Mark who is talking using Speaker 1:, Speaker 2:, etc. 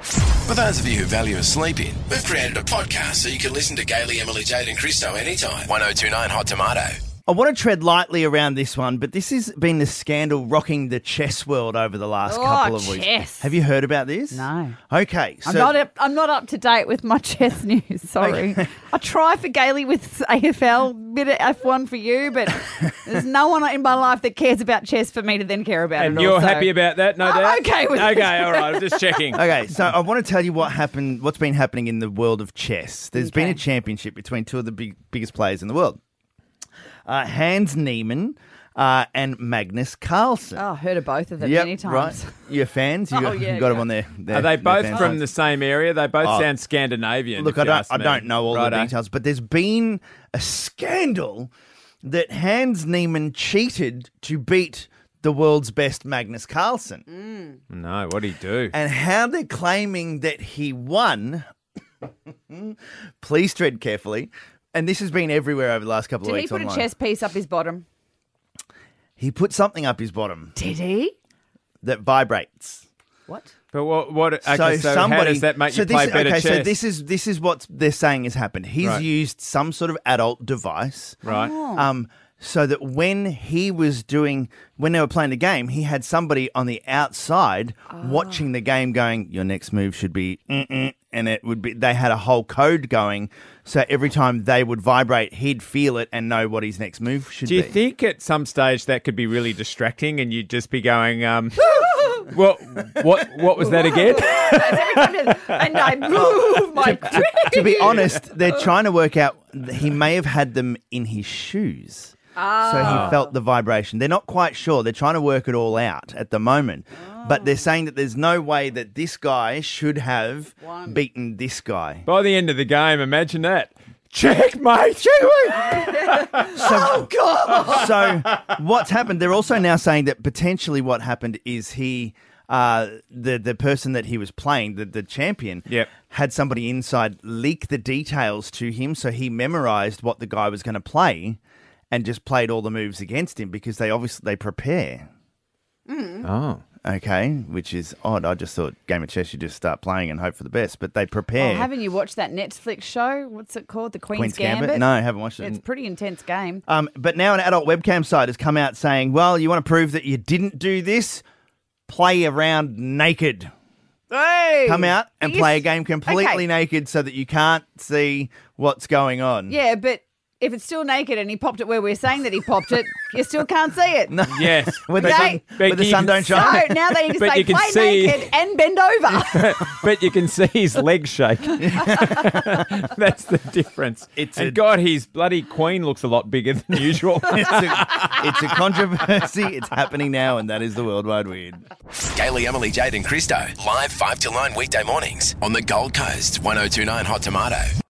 Speaker 1: For those of you who value a sleep in, we've created a podcast so you can listen to Gaily, Emily, Jade, and Christo anytime. 1029 Hot Tomato.
Speaker 2: I want to tread lightly around this one, but this has been the scandal rocking the chess world over the last
Speaker 3: Oh,
Speaker 2: couple of weeks.
Speaker 3: chess.
Speaker 2: Have you heard about this?
Speaker 3: No.
Speaker 2: Okay. So
Speaker 3: I'm not up, I'm not up to date with my chess news. Sorry, I try for Gailey with AFL, bit of F1 for you, but there's no one in my life that cares about chess for me to then care about
Speaker 4: And
Speaker 3: it.
Speaker 4: you're
Speaker 3: also.
Speaker 4: happy about that, no
Speaker 3: I'm
Speaker 4: doubt?
Speaker 3: okay with it.
Speaker 4: Okay, all right. I'm just checking.
Speaker 2: Okay, so I want to tell you what happened, what's been happening in the world of chess. There's been a
Speaker 3: Okay.
Speaker 2: championship between two of the big, biggest players in the world, uh, Hans Niemann uh, and Magnus Carlsen.
Speaker 3: Oh, I heard of both of them
Speaker 2: Yep,
Speaker 3: many
Speaker 2: right.
Speaker 3: times.
Speaker 2: Your fans, you
Speaker 3: Oh,
Speaker 2: got,
Speaker 3: yeah,
Speaker 2: you got them
Speaker 3: yeah.
Speaker 2: on their. their
Speaker 4: Are they
Speaker 2: their
Speaker 4: both
Speaker 2: fan
Speaker 4: from
Speaker 2: sites.
Speaker 4: the same area? They both
Speaker 2: Oh.
Speaker 4: sound Scandinavian.
Speaker 2: Look,
Speaker 4: if
Speaker 2: I
Speaker 4: you
Speaker 2: don't,
Speaker 4: ask
Speaker 2: I
Speaker 4: me.
Speaker 2: don't know all
Speaker 4: Righto.
Speaker 2: the details, but there's been a scandal that Hans Niemann cheated to beat the world's best Magnus Carlsen.
Speaker 3: Mm.
Speaker 4: No, what do you do?
Speaker 2: and how they're claiming that he won. Please tread carefully. And this has been everywhere over the last couple
Speaker 3: Did
Speaker 2: of
Speaker 3: he
Speaker 2: weeks
Speaker 3: put
Speaker 2: online.
Speaker 3: a chess piece up his bottom?
Speaker 2: He put something up his bottom
Speaker 3: Did he?
Speaker 2: that vibrates.
Speaker 3: What?
Speaker 4: But what? What? Okay, so, how does that make
Speaker 2: so
Speaker 4: you play
Speaker 2: this,
Speaker 4: better
Speaker 2: okay,
Speaker 4: chess?
Speaker 2: so this is this is what they're saying has happened. He's
Speaker 4: Right.
Speaker 2: used some sort of adult device,
Speaker 4: right.
Speaker 2: um, so that when he was doing when they were playing the game, he had somebody on the outside
Speaker 4: Ah.
Speaker 2: watching the game, going, "Your next move should be," mm-mm," and it would be. They had a whole code going, so every time they would vibrate, he'd feel it and know what his next move should
Speaker 4: Do you
Speaker 2: be.
Speaker 4: think at some stage that could be really distracting, and you'd just be going, um, "What? What? What was that again?"
Speaker 3: and I move my.
Speaker 2: Oh. to be honest, they're trying to work out he may have had them in his shoes. So he felt the vibration. They're not quite sure. They're trying to work it all out at the moment. But they're saying that there's no way that this guy should have beaten this guy.
Speaker 4: By the end of the game, imagine that. Checkmate! Checkmate!
Speaker 2: oh, God! So what's happened? They're also now saying that potentially what happened is he. Uh, the the person that he was playing, the, the champion,
Speaker 4: Yep.
Speaker 2: had somebody inside leak the details to him so he memorized what the guy was going to play and just played all the moves against him because they obviously they prepare
Speaker 3: Mm.
Speaker 4: Oh,
Speaker 2: okay which is odd i just thought game of chess you just start playing and hope for the best but they prepare
Speaker 3: Oh, haven't you watched that Netflix show? What's it called? The Queen's,
Speaker 2: queen's gambit?
Speaker 3: Gambit?
Speaker 2: no i haven't watched it
Speaker 3: It's a pretty intense game.
Speaker 2: um, but now an adult webcam site has come out saying well you want to prove that you didn't do this play around naked
Speaker 3: Hey!
Speaker 2: come out and
Speaker 3: But you
Speaker 2: play a
Speaker 3: s-
Speaker 2: game completely
Speaker 3: Okay.
Speaker 2: naked so that you can't see what's going on
Speaker 3: Yeah, but if it's still naked and he popped it where we're saying that he popped it, you still can't see it. No.
Speaker 4: yes.
Speaker 2: Where the,
Speaker 3: But
Speaker 2: sun,
Speaker 3: they-
Speaker 2: where the
Speaker 4: Becky,
Speaker 2: sun don't
Speaker 3: So
Speaker 2: shine.
Speaker 3: now they need to
Speaker 4: But
Speaker 3: say
Speaker 4: you can
Speaker 3: play
Speaker 4: see-
Speaker 3: naked and bend over.
Speaker 4: but you can see his legs shake. That's the difference.
Speaker 2: It's
Speaker 4: and
Speaker 2: a-
Speaker 4: God, his bloody queen looks a lot bigger than usual.
Speaker 2: it's, a, it's a controversy. It's happening now, and that is the worldwide weird.
Speaker 1: Gaily, Emily, Jade, and Christo. Live 5 till 9 weekday mornings on the Gold Coast. 1029 Hot Tomato.